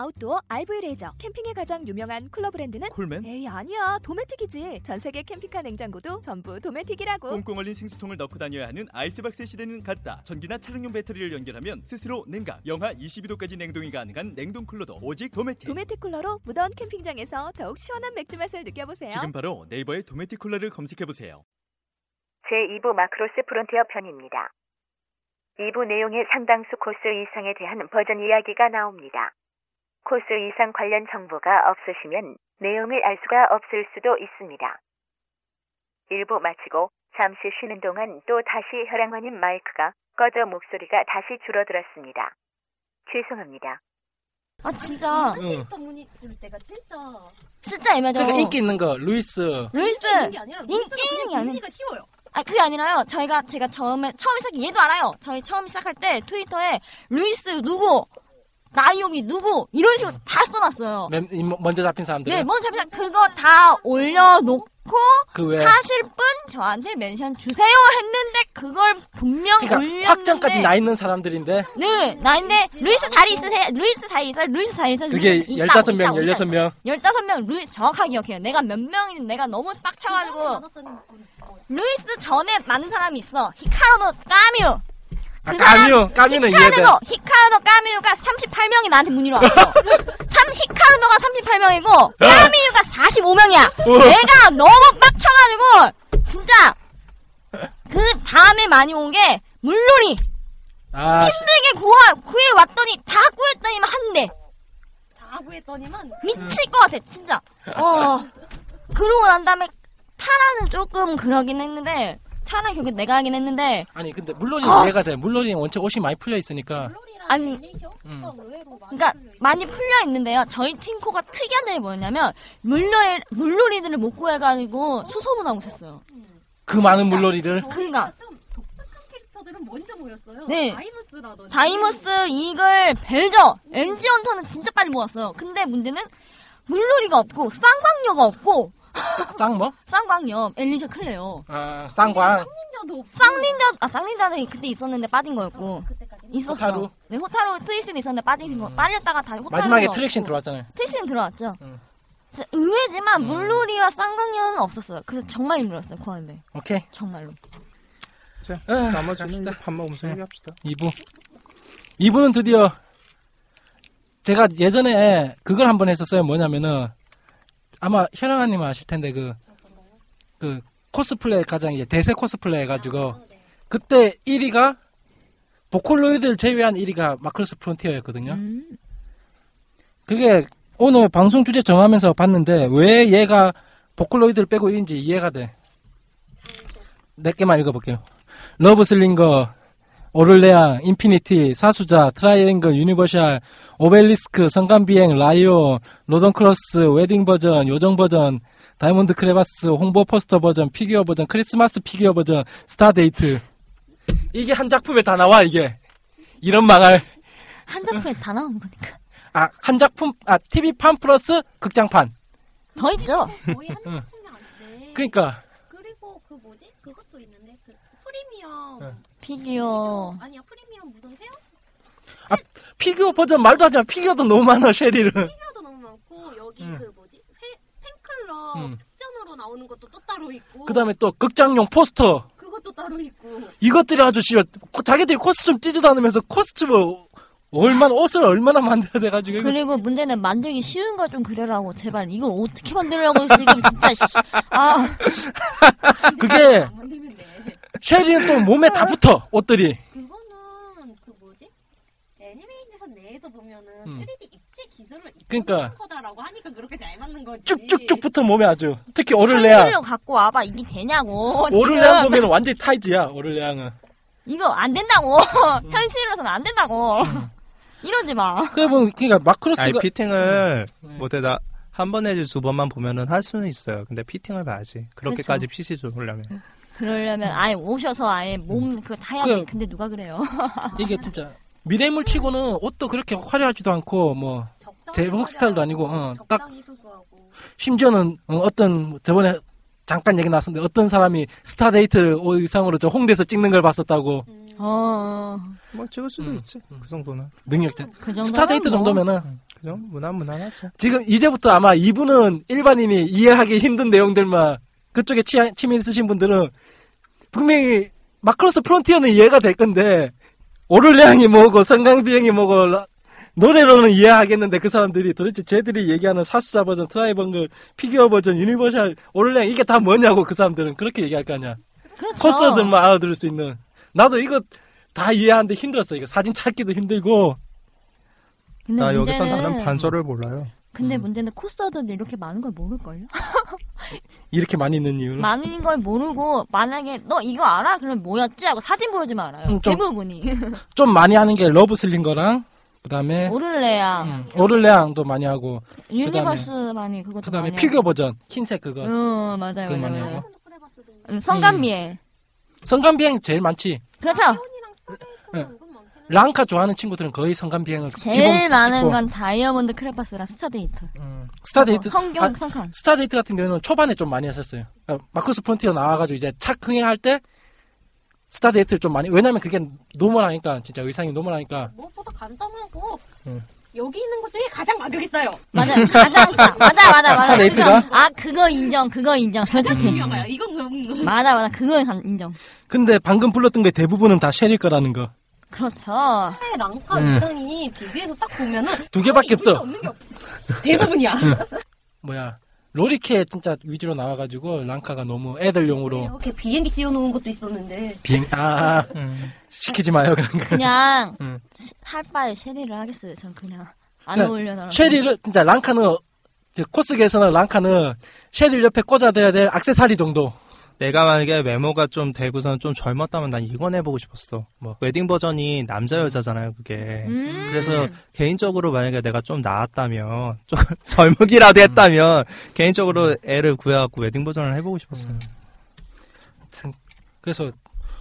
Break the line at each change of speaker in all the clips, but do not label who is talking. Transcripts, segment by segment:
아웃도어 RV 레저 캠핑에 가장 유명한 쿨러 브랜드는
콜맨?
에이 아니야 도메틱이지 전 세계 캠핑카 냉장고도 전부 도메틱이라고
꽁꽁 얼린 생수통을 넣고 다녀야 하는 아이스박스 시대는 갔다. 전기나 차량용 배터리를 연결하면 스스로 냉각, 영하 22도까지 냉동이 가능한 냉동 쿨러도 오직 도메틱.
도메틱 쿨러로 무더운 캠핑장에서 더욱 시원한 맥주 맛을 느껴보세요
지금 바로 네이버에 도메틱 쿨러를 검색해 보세요.
제2부 마크로스 프론티어 편입니다. 2부 내용의 상당수 코스 이상에 대한 버전 이야기가 나옵니다. 코스 이상 관련 정보가 없으시면 내용을 알 수가 없을 수도 있습니다. 1부 마치고 잠시 쉬는 동안 또 다시 혈액마님 마이크가 꺼져 목소리가 다시 줄어들었습니다. 죄송합니다.
아 진짜
응.
문이 줄 때가 진짜
진짜 애매하죠.
그러니까 인기 있는 거 루이스
루이스
있는 게 아니라
인기 있는 게 아니.
인기가 쉬워요.
아 그게 아니라요. 저희가 제가 처음에 처음 시작 얘도 알아요. 저희 처음 시작할 때 트위터에 루이스 누구 나이오미 누구 이런 식으로 다 써놨어요.
맨- 이 뭐, 먼- 먼저 잡힌 사람들
네,
은
먼저 그냥 그거 다 올려놓고
그 외에
하실 분 저한테 멘션 주세요 했는데 그걸 분명 올렸는데
그러니까 확정까지 나 있는 사람들인데
네, 나인데 루이스 자리 있으세요? 루이스 자리 있어요? 루이스 자리 음, 있어요?
그게
루이스 있다고,
15명
있다고,
16명
열다섯 명 루이 정확하게 기억해요. 내가 몇 명인 내가 너무 빡쳐가지고
나눴다는 건 뭐예요?
루이스 전에 많은 사람이 있어. 히카르노 까뮤.
아, 까뮤 까뮤는 이해돼
히카르노 히카르노 까뮤가 38명이 나한테 문의로 왔어. 삼 히카르노가
어.
38명이고 까뮤가 45명이야.
우와.
내가 너무 빡쳐가지고 진짜 그 다음에 많이 온 게 물놀이
아 씨,
힘들게 구워 구해 왔더니 다 구했더니만 한 대.
다 구했더니만
미칠 것 같아, 진짜. 어. 그러고 난 다음에 타라는 조금 그러긴 했는데 타라 결국 내가 하긴 했는데
아니 근데 물론이
아.
내가 잘 물론이 원체 옷이 많이 풀려 있으니까
플로리랑
아니,
베네시아
음.
오빠 어, 의외로 많이
그러니까
풀려요.
많이 풀려 있는데요. 저희 팀코가 특이한 점이 뭐였냐면 물놀이 물놀이들을 못 구해가지고 수소문하고 있었어요.
그 많은 물놀이를
그러니까.
저희가 좀 독특한 캐릭터들은 먼저 모였어요.
네.
다이무스라든지
다이머스, 이글, 벨저, 엔지 헌터는 진짜 빨리 모았어요. 근데 문제는 물놀이가 없고 쌍방녀가 없고
쌍뭐?
쌍방녀 엘리샤 클레요.
아 쌍광
쌍닌자도 없고
쌍닌자 아 쌍닌자는 그때 있었는데 빠진 거였고.
그때까지는
있었어.
호타루? 음.
네, 호타루 트리신 있었는데 빠진 거. 빠졌다가 다시 호타루.
마지막에 트랙신 들어왔잖아요
트리신 들어왔죠.
음.
진짜 의외지만 물놀이와 쌍강연은 없었어요. 그래서 정말 힘들었어요 구하는데
오케이
정말로.
자,
에휴,
나머지는
갑시다.
이제 밥 먹으면서 얘기합시다.
2부 2부는 드디어 제가 예전에 그걸 한 번 했었어요 뭐냐면은 아마 현영아님 은 아실 텐데 그 그 코스플레 가장 이제 대세 코스플레 해가지고 그때 1위가 보컬로이드를 제외한 1위가 마크로스 프론티어였거든요.
음.
그게 오늘 방송 주제 정하면서 봤는데 왜 얘가 보컬로이드를 빼고 1인지 이해가 돼. 몇 개만 읽어볼게요. 러브슬링거, 오를레앙, 인피니티, 사수자, 트라이앵글, 유니버셜, 오벨리스크, 성간비행, 라이오, 로던크로스, 웨딩 버전, 요정 버전, 다이몬드 크레바스, 홍보 포스터 버전, 피규어 버전, 크리스마스 피규어 버전, 스타데이트. 이게 한 작품에 다 나와, 이게. 이런 망할.
한 작품에 다 나오는 거니까.
아, 한 작품, 아, TV판 플러스 극장판.
더 있죠.
거의 한 작품이 아닌데
그러니까,
그리고 그 뭐지 그것도 있는데 그 프리미엄
네.
피규어.
아니야 프리미엄 무슨 회원
피규어 버전 말도 하지 마. 피규어도 너무 많아, 쉐리는.
피규어도 너무 많고 여기
음.
그 뭐지 회, 팬클럽
음.
특전으로 나오는 것도 또 따로 있고
그 다음에 또 극장용 포스터.
그것도 따로 있고
이것들이 아주 싫어. 고- 자기들이 코스튬 뛰지도 않으면서 코스튬을 뭐, 얼마나, 옷을 얼마나 만들어야 돼가지고. 이거
그리고 문제는 만들기 쉬운 걸 좀 그려라고 제발 이걸 어떻게 만들려고 지금 진짜 씨. 아
그게,
안 만들면 돼
쉐리는 또 몸에 다 붙어, 옷들이.
그거는 그 뭐지 애니메이션 내에서 보면은
음.
3D 입체 기술을 입는
그러니까.
거다라고 하니까 그렇게 잘 맞는 거지
쭉쭉쭉 붙어, 몸에 아주. 특히 오를레앙.
로 갖고 와봐 이게 되냐고.
오를레앙
지금.
보면 완전히 타이즈야, 오를레앙은.
이거 안 된다고. 음. 현실로서는 안 된다고. 이러지 마.
그게 보면, 그니까
아니,
마크로스가.
피팅을
네.
못해 나
그렇죠. 네.
한 번 해지 두 번만 보면은 할 수는 있어요. 근데 피팅을 봐야지. 그렇게까지 PC 좋으려면.
그러려면 아예 오셔서 아예 몸 음. 그거 타야 돼.
그-
근데 누가 그래요?
이게 진짜 미래물 치고는 옷도 그렇게 화려하지도 않고 뭐
적당히
제복
화려하고
스타일도 아니고, 어, 딱-
적당히 소소하고
심지어는 어, 떤 저번에 잠깐 얘기 나왔었는데 어떤 사람이 스타데이트를 옷 의상으로 저 홍대에서 찍는 걸 봤었다고
어,
뭐 찍을 수도
음,
있지. 그 정도는.
능력자
그 정도.
스타데이트 정도면은
그죠? 무난 무난하죠.
지금 이제부터 아마 이분은 일반인이 이해하기 힘든 내용들만 그쪽에 취, 취미 있으신 분들은 분명히 마크로스 프론티어는 이해가 될 건데 오를량이 뭐고 성강비행이 뭐고 라- 노래로는 이해하겠는데 그 사람들이 도대체 쟤들이 얘기하는 사수자 버전, 트라이 버전, 피규어 버전, 유니버셜, 오를량 이게 다 뭐냐고 그 사람들은 그렇게 얘기할 거 아니야.
그렇죠.
코스들만 알아들을 수 있는. 나도 이거 다 이해하는데 힘들었어. 이거 사진 찾기도 힘들고
근데
나 여기서 나는
문제는
반절을 음. 몰라요.
근데 문제는 코스터들도 이렇게 많은 걸 모를 걸요.
이렇게 많이 있는 이유는
많은 걸 모르고 만약에 너 이거 알아? 그럼 뭐였지? 하고 사진 보여주면 알아요.
음, 좀-
대부분이
좀 많이 하는 게 러브 슬링거랑 그다음에
오를레야
음, 오를레앙도 많이 하고
유니버스 많이 그 음, 네, 그것도
그다음에
많이
피규어 버전 흰색 그거
응 맞아요
그거
맞아요.
많이
맞아요.
하고
음, 성감미에
성간 비행 제일 많지.
그렇죠.
예. 랑카 좋아하는 친구들은 거의 성간 비행을
제일 많은
찍고.
건 다이아몬드 크레파스랑 스타데이터.
스타데이트
어, 성경
아,
성칸.
스타데이트 같은 경우는 초반에 좀 많이 했었어요. 그러니까 마크스 프론티어 나와가지고 이제 착 흥행할 때 스타데이트를 좀 많이 왜냐면 그게 노멀하니까 진짜 의상이 노멀하니까
무엇보다 간단하고
음.
여기 있는 것 중에 가장 가격이 싸요.
맞아요. 가장 싸. 맞아, 맞아, 맞아.
스타데이트가?
그거. 아, 그거 인정, 그거 인정.
음.
솔직히.
봐요. 이건 뭐
맞아, 맞아. 그거 인정.
근데 방금 불렀던 게 대부분은 다 쉐릴 거라는 거.
그렇죠.
랑카
음.
의상이 비교해서 딱 보면은
두 개밖에
입을 수
없어. 음.
없는 게 없어. 대부분이야.
뭐야 로리케 진짜 위주로 나와가지고 랑카가 너무
네,
애들용으로
이렇게 비행기 씌워놓은 것도 있었는데
비행 아
음.
시키지 마요 그런 거.
그냥,
음.
시- 할 바에 쉐리를 하겠어요. 전 그냥. 안
그냥
어울려서.
쉐리를 진짜 랑카는 이제 코스계에서는 랑카는 쉐리를 옆에 꽂아둬야 될 악세사리 정도.
내가 만약에 외모가 좀 되고서는 좀 젊었다면 난 이건 해보고 싶었어. 뭐 웨딩 버전이
음.
남자 여자잖아요, 그게.
음.
그래서 개인적으로 만약에 내가 좀 나았다면 좀 젊은기라도 했다면
음.
개인적으로 애를 구해갖고 웨딩 버전을 해보고 싶었어요.
그래서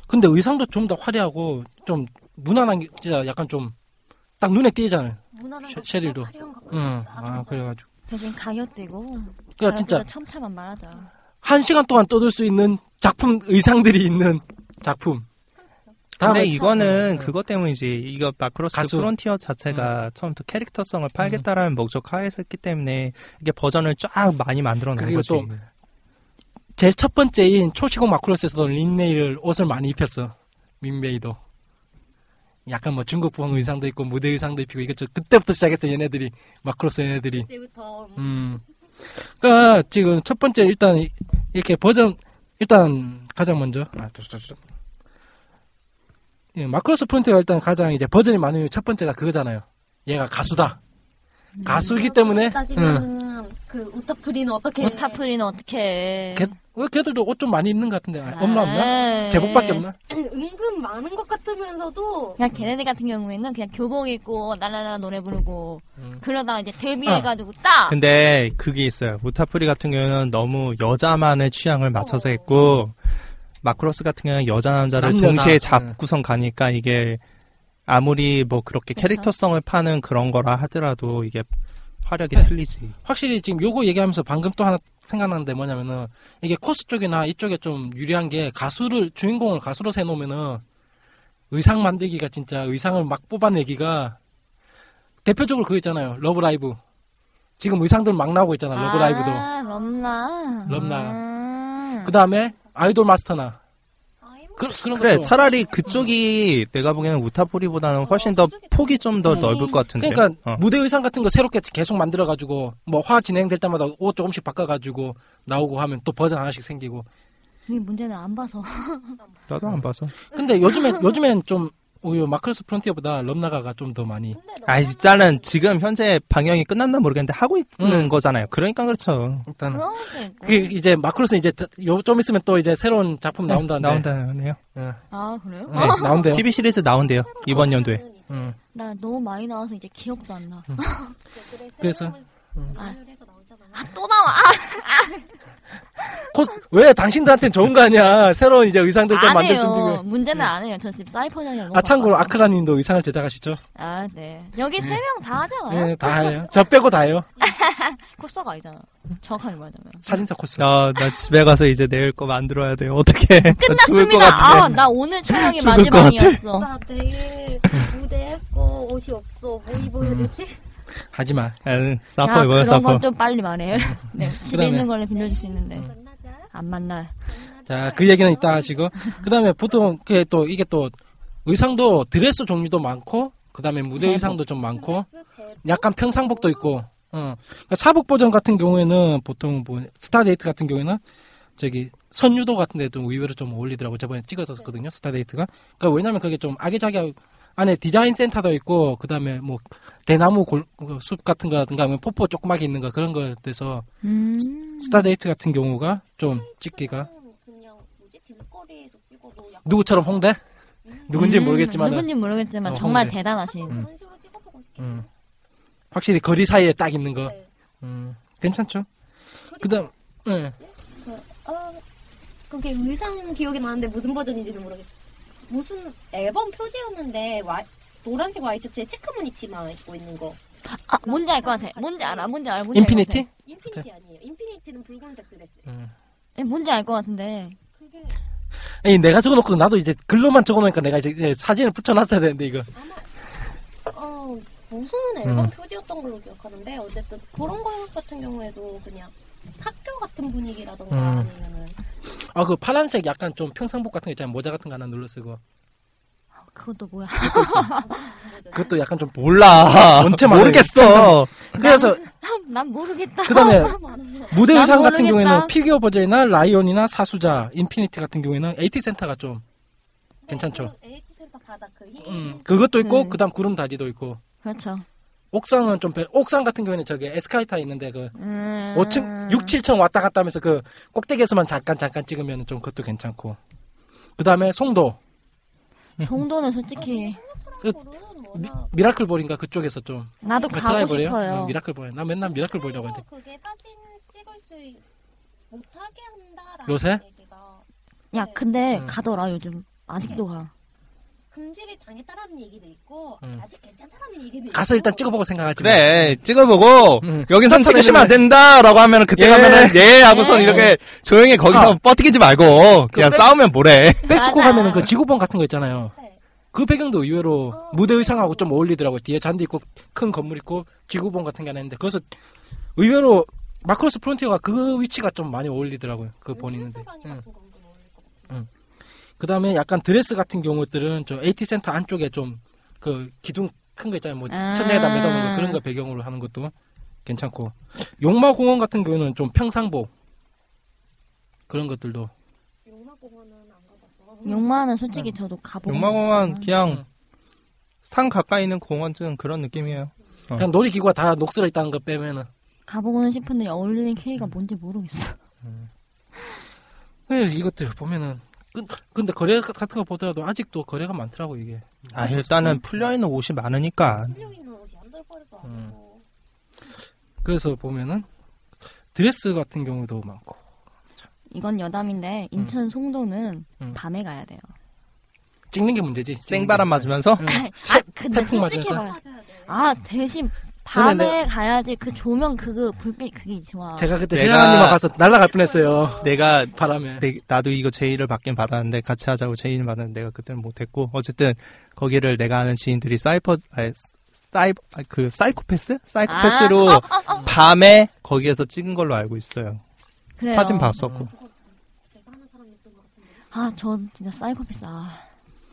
근데 의상도 좀 더 화려하고 좀 무난한 게 진짜 약간 좀 딱 눈에 띄잖아요.
무난한
쉐-
것
쉐리도.
화려한 것 같아서
응.
다
아 그래가지고.
대신 가격대고.
그러니까 진짜
첨차만 말하자.
한 시간 동안 떠들 수 있는 작품 의상들이 있는 작품.
근데
다음에
이거는 그것 때문이지. 이거 마크로스
가수.
프론티어 자체가 처음부터 캐릭터성을 팔겠다라는 목적 하에 했기 때문에 이게 버전을 쫙 많이 만들어낸
그리고
거지.
또 제일 첫 번째인 초시공 마크로스에서도 린네이를 옷을 많이 입혔어. 민메이도. 약간 뭐 중국풍 의상도 있고 무대 의상도 입히고 이것저것 그때부터 시작했어 얘네들이 마크로스 얘네들이.
그때부터
음. 그러니까 지금 첫 번째 일단 이- 이렇게 버전 일단 가장 먼저 아, 뚜뚜뚜뚜. 예, 마크로스 프론트가 일단 가장 이제 버전이 많은 이유 첫 번째가 그거잖아요. 얘가 가수다.
음,
가수기 때문에 응.
따지면은 그 우타프리는 어떻게
오타프리는
네.
어떻게
걔, 왜 걔들도 옷 좀 많이 입는 것 같은데 아, 없나 없나?
네.
제복밖에 없나?
은근 많은 것 같으면서도
그냥 걔네들 같은 경우에는 그냥 교복 입고 나라라 노래 부르고
음. 아.
그러다가 이제 데뷔해가지고 딱
근데 그게 있어요. 우타프리 같은 경우는 너무 여자만의 취향을 맞춰서 했고 마크로스 같은 경우는 여자 남자를
어. 남녀다. 음.
동시에 잡고선 가니까 이게 아무리 뭐 그렇게
그렇죠.
그쵸.
캐릭터성을 파는 그런 거라 하더라도 이게 화력이
네.
틀리지.
확실히 지금 요거 얘기하면서 방금 또 하나 생각나는데 뭐냐면은 이게 코스 쪽이나 이쪽에 좀 유리한 게 가수를 주인공을 가수로 세놓으면은 의상 만들기가 진짜 의상을 막 뽑아내기가 대표적으로 그거 있잖아요 러브라이브 지금 의상들 막 나오고 있잖아 러브라이브도
아, 럼나
럼나.
아.
그 다음에 아이돌 마스터나 그, 런
그래
것도
차라리 그쪽이 내가 보기에는 우타프리보다는
어,
훨씬 더 폭이 좀 더
네.
넓을 것 같은데.
그러니까
어.
무대 의상 같은 거 새롭게 계속 만들어 가지고 뭐 화 진행될 때마다 옷 조금씩 바꿔 가지고 나오고 하면 또 버전 하나씩 생기고
이게 문제는 안 봐서 어,
나도 안 봐서.
근데 요즘에 요즘엔 좀 오히려 마크로스 프론티어보다 럼나가가 좀 더 많이
아 일단은 지금 현재 방영이 끝났나 모르겠는데 하고 있는
음.
거잖아요. 그러니까 그렇죠.
일단
그런 것도 있고
그 이제 마크로스 이제 요 좀 있으면 또 이제 새로운 작품 네, 나온다는데
나온다네요.
아 그래요?
네, 나온대요.
TV 시리즈 나온대요. 이번 연도에.
음.
나 너무 많이 나와서 이제 기억도 안 나.
그래서
아 또 나와. 아, 아.
코스, 왜 당신들한테는 좋은 거 아니야. 새로운 이제 의상들도
안
만들
해요. 음.
준비가.
문제는 안 해요. 저 지금 사이퍼장이랑 너무
아, 참고로
바빠요.
아크라 님도 의상을 제작하시죠?
아, 네. 여기 세 명 다 하잖아요.
네, 다 해요. 저 빼고 다 해요.
코스가 아니잖아. 정확하게 말하자면.
사진사 코스.
야, 아, 나 집에 가서 이제 내일 거 만들어야 돼요. 어떻게? 죽을 것
끝났습니다.
같아.
아, 나 오늘 촬영이
죽을 것 같아.
마지막이었어.
나 내일 무대 할 거 옷이 없어. 뭐 입어야
음.
되지?
하지 마.
에,
야,
사퍼 이거야,
그런
사퍼.
건 좀 빨리 말해. 네, 집에
그다음에.
있는 걸로 빌려줄 수 있는데
만나자.
안 만날.
자, 그 얘기는 이따 하시고. 그 다음에 보통, 그게 또, 이게 또, 의상도 드레스 종류도 많고, 그 다음에 무대
제복.
의상도 좀 많고,
드레스, 제복.
약간 평상복도 있고, 어. 그러니까 사복 버전 같은 경우에는 보통 뭐, 스타데이트 같은 경우에는, 저기, 선유도 같은 데도 의외로 좀 어울리더라고. 저번에
네.
찍었었거든요, 스타데이트가. 그러니까 왜냐면 그게 좀 아기자기하고, 안에 디자인 센터도 있고, 그 다음에 뭐, 대나무 골- 그숲 같은 거라든가, 아니면 폭포 조그맣게 있는 거 그런 거에 대해서,
음.
스타데이트 같은 경우가 좀 찍기가,
그냥 뭐지 길거리에서 찍어도 약간
누구처럼 홍대? 누군지 모르겠지만
음, 누군지 모르겠지만
어,
정말
홍대.
대단하신.
그런 식으로 찍어보고 싶긴
음.
해.
확실히 거리 사이에 딱 있는 거.
네.
음, 괜찮죠? 그다음 예.
어, 그게 의상 기억이 나는데 무슨 버전인지는 모르겠어. 무슨 앨범 표지였는데 와, 노란색 와이셔츠에 체크무늬 치마 입고 있는 거.
네.
아, 뭔지 알 것 같아. 뭔지 알아. 뭔지 알아. 뭔지
인피니티?
인피니티 아니에요. 인피니티는 붉은색 드레스.
알 예, 뭔지 알 것 같은데.
그게
에이, 내가 적어놓고 나도 이제 글로만 적어놓으니까 내가 이제 예, 사진을 붙여놨어야 되는데 이거.
어 무슨 앨범
음.
표지였던 걸로 기억하는데 어쨌든 그런 거 같은 경우에도 그냥 학교 같은 분위기라던가
음.
아니면은
아 그 파란색 약간 좀 평상복 같은 거 있잖아요. 모자 같은 거 하나 눌러 쓰고.
어, 그것도 뭐야.
그것도 약간 좀.
몰라.
원체 많아요.
모르겠어.
그래서
난 모르겠다.
그다음에 무대
난
의상
모르겠다.
같은 경우에는 피규어 버전이나 라이온이나 사수자, 인피니티 같은 경우에는 에이티 센터가 좀 괜찮죠.
그 H 센터 바닥 그
네.
흰.
음, 그것도 있고
음.
그다음 구름 다리도 있고.
그렇죠.
옥상은 좀 별- 옥상 같은 경우에는 저기 에스카이터 있는데 그
음.
5층, 6, 7층 왔다 갔다 하면서 그 꼭대기에서만 잠깐 잠깐 찍으면 좀 그것도 괜찮고. 그 다음에 송도,
정도는 솔직히
그거는 뭐
미,
나-
미라클 볼인가 그쪽에서 좀.
나도
그
아. 가고
트라이벌이에요?
싶어요.
응, 미라클 볼. 나 맨날 미라클 볼이라고 하지.
그게 사진 찍을 수 있- 못하게 한다라는
요새?
얘기가
야, 근데
음.
가더라 요즘. 아직도 가.
금지를 당했다라는 얘기도 있고
음.
아직 괜찮다라는 얘기도
가서
있고
일단 찍어보고 생각하지. 마.
그래, 찍어보고,
응.
여긴
선착순
선 네. 음. 찍으시면 안 된다! 라고 하면 그때
예.
가면은, 예! 하고선
예.
이렇게 조용히 거기서
아.
뻗기지 말고, 그냥
그
싸우면 뭐래.
백스코
맞아.
가면은 그 지구본 같은 거 있잖아요.
네.
그 배경도 의외로 무대 의상하고 좀 어울리더라고. 뒤에 잔디 있고 큰 건물 있고 지구본 같은 게 하나 있는데 거기서 의외로 마크로스 프론티어가 그 위치가 좀 많이 어울리더라고요. 그 본인인데.
음, 사관이
응.
같은 건 어울릴 것 같아요.
그 다음에 약간 드레스 같은 경우들은 저 AT 센터 안쪽에 좀 그 기둥 큰 거 있잖아요. 뭐
아.
천장에다 매달는 거 그런 거 배경으로 하는 것도 괜찮고 용마공원 같은 경우는 좀 평상복 그런 것들도
용마공원은 안 가봐서
용마는 솔직히 저도 가보고
용마공원,
싶지만.
응.
그냥, 산 가까이 있는 공원 쯤 그런 느낌이에요.
그냥 놀이기구가 다 녹슬어 있다는 거 빼면은
가보고는 싶은데 어울리는 케이가 뭔지 모르겠어.
예, 이것들 보면은 근- 근데 거래 같은 거 보더라도 아직도 거래가 많더라고 이게
아, 일단은 풀려있는 옷이 많으니까.
풀려 있는 옷이 안덜거리도
음.
아니고
그래서 보면은 드레스 같은 경우도 많고
이건 여담인데 인천 송도는
음.
밤에 가야 돼요.
찍는 게 네. 문제지 찍는
생바람
게.
맞으면서,
아 근데
태풍
솔직히
맞아서?
말해.
맞아야 돼.
아 대신
저는
밤에 가야지 그 조명 그거 불빛 그게 좋아.
제가 그때
내가- 네.
회장님하고 가서 날아갈 뻔했어요
내가
바람에
내- 나도 이거 제의를 받긴 받았는데 같이 하자고 제의를 받았는데 내가 그때는 못했고 어쨌든 거기를 내가 아는 지인들이 사이퍼 아니, 사이 아, 그 사이코패스
아, 어,
사이코패스로 밤에 거기에서 찍은 걸로 알고 있어요.
네.
그래요.
사진 봤었고
음,
대단한 사람이었던 것 같은데
아저 진짜 사이코패스 아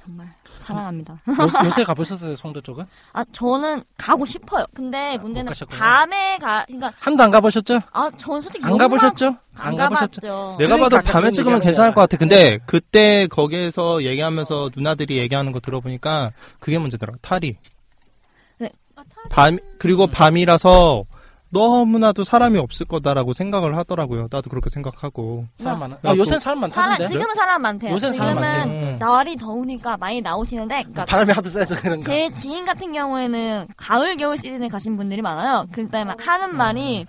정말 사랑합니다.
요, 요새 가보셨어요 송도 쪽은?
아 저는 가고 싶어요. 근데 문제는
아, 가셨구나.
밤에 가 그러니까
한 도 안 가보셨죠?
아전 솔직히
안
용마-
가보셨죠?
안 가봤죠.
내가 봐도
그러니까
밤에
그런
찍으면
얘기하는 거야. 네.
괜찮을 것 같아. 근데 그때 거기에서 얘기하면서 누나들이 얘기하는 거 들어보니까 그게 문제더라. 탈이
네.
아, 탈이
밤 그리고 밤이라서 너무나도 사람이 없을 거다라고 생각을 하더라고요. 나도 그렇게 생각하고.
사람 많아.
나
아,
또-
요새 사람
사람
많다는데?
지금은 사람 많대요.
요새는 사람
지금은
많대요.
음.
날이 더우니까 많이 나오시는데 그러니까
바람이 하도 세서 그런가.
제 지인 같은 경우에는 가을
음.
겨울 시즌에 가신 분들이 많아요. 그러니까 막 하는 말이